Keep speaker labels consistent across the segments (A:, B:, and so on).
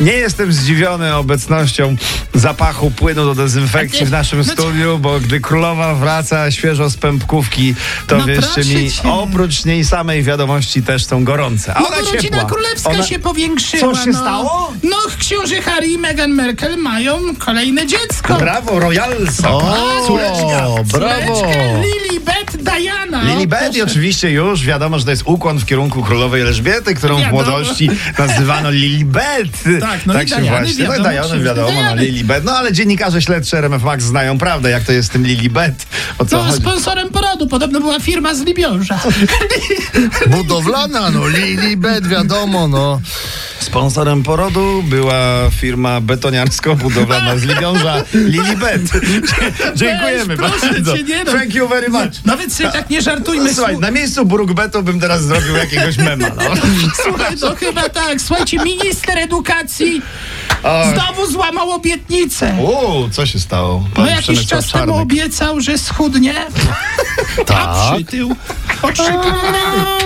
A: Nie jestem zdziwiony obecnością zapachu płynu do dezynfekcji
B: A ty-
A: w naszym
B: no ci-
A: studiu, bo gdy królowa wraca świeżo z pępkówki, to
B: No
A: wierzcie
B: proszę
A: mi,
B: cię.
A: oprócz niej samej wiadomości też są gorące. A
B: No
A: ona
B: bo rodzina
A: ciepła.
B: królewska
A: Ona-
B: się powiększyła.
A: Coś się
B: no.
A: stało?
B: No, książę Harry i Meghan Merkel mają kolejne dziecko.
A: Brawo, royalsa.
C: O,
A: Córeczka.
C: brawo!
B: Córeczkę Lilibet Diana.
A: Lilibet i oczywiście już wiadomo, że to jest ukłon w kierunku królowej Elżbiety, którą w
B: Wiadomo.
A: młodości nazywano Lilibet.
B: Tak, no i
A: się
B: Diany
A: właśnie.
B: wiadomo,
A: no, i Diany
B: oczywiście
A: wiadomo, no,
B: Diany.
A: Lilibet. No ale dziennikarze śledczy RMF Max znają prawdę, jak to jest z tym Lilibet. O co
B: No,
A: chodzi?
B: sponsorem porodu podobno była firma z Libiąża.
C: Budowlana, no Lilibet, wiadomo, no.
A: Sponsorem porodu była firma betoniarsko-budowlana z Libiąża Lilibet. Dzie- Dziękujemy
B: Weź, proszę
A: bardzo.
B: cię, nie no.
A: Thank you very much.
B: Nawet sobie tak nie
A: No,
B: żartujmy.
A: Słuchaj,
B: Słuchaj,
A: na miejscu Brugbetu bym teraz zrobił jakiegoś mema. No.
B: Słuchaj, to chyba tak. Słuchajcie, minister edukacji znowu złamał obietnicę.
A: Uuu, co się stało? Pan
B: No jakiś
A: Przemysław
B: czas temu
A: Czarnek.
B: obiecał, że schudnie.
C: Tak.
B: Przytył.
A: No.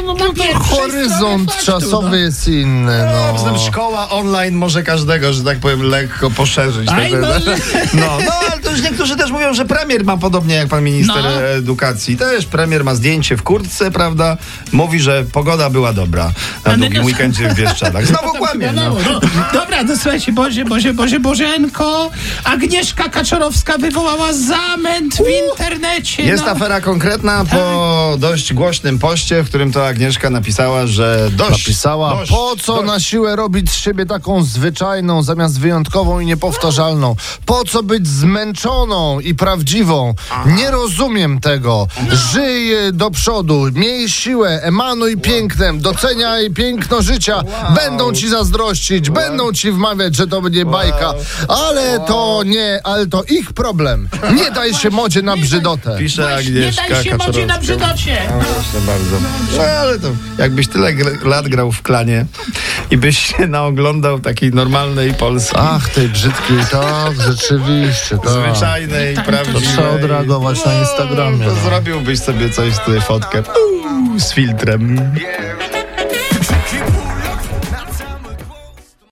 B: Oczyka.
C: Horyzont czasowy jest inny,
A: No,
C: no.
A: poza tym szkoła online może każdego, że tak powiem, lekko poszerzyć.
B: Aj,
A: Tak,
B: no,
A: tak,
B: że-
A: tak. no, no, ale to już niektórzy też mówią, że premier ma podobnie jak pan minister
B: No.
A: edukacji. Też premier ma zdjęcie w kurtce, prawda? Mówi, że pogoda była dobra na
B: Ale
A: długim
B: to-
A: weekendzie w Bieszczadach. Znowu kłamie. No.
B: No. No, dobra, no słuchajcie, Boże, Boże, Boże, Bożenko, Agnieszka Kaczorowska wywołała zamęt w internecie.
A: Jest
B: no.
A: afera konkretna po dość głośnym poście, w którym to Agnieszka napisała, że dość.
C: Napisała,
A: dość,
C: po co
A: dość.
C: na siłę robić z siebie taką zwyczajną zamiast wyjątkową i niepowtarzalną? Po co być zmęczoną i prawdziwą? Nie rozumiem tego. Żyj e, do przodu, miej siłę, emanuj pięknem, doceniaj piękno życia. Będą ci zazdrościć, będą ci wmawiać, że to będzie bajka, ale to nie, ale to ich problem. Nie daj się modzie na
B: nie daj-
C: brzydotę.
A: Pisze
B: Właśnie, Nie
A: Agnieszka
B: daj się modzie na
A: Kaczorowska.
B: brzydocie.
A: Proszę bardzo. No, ale to jakbyś tyle gr- lat grał w klanie i byś się naoglądał takiej normalnej Polski.
C: Ach, tej brzydkiej, tak, rzeczywiście, tak.
A: zwyczajnej, prawdziwej. No,
C: To trzeba odreagować na Instagramie,
A: To
C: no.
A: zrobiłbyś sobie coś, tutaj fotkę uuu, z filtrem.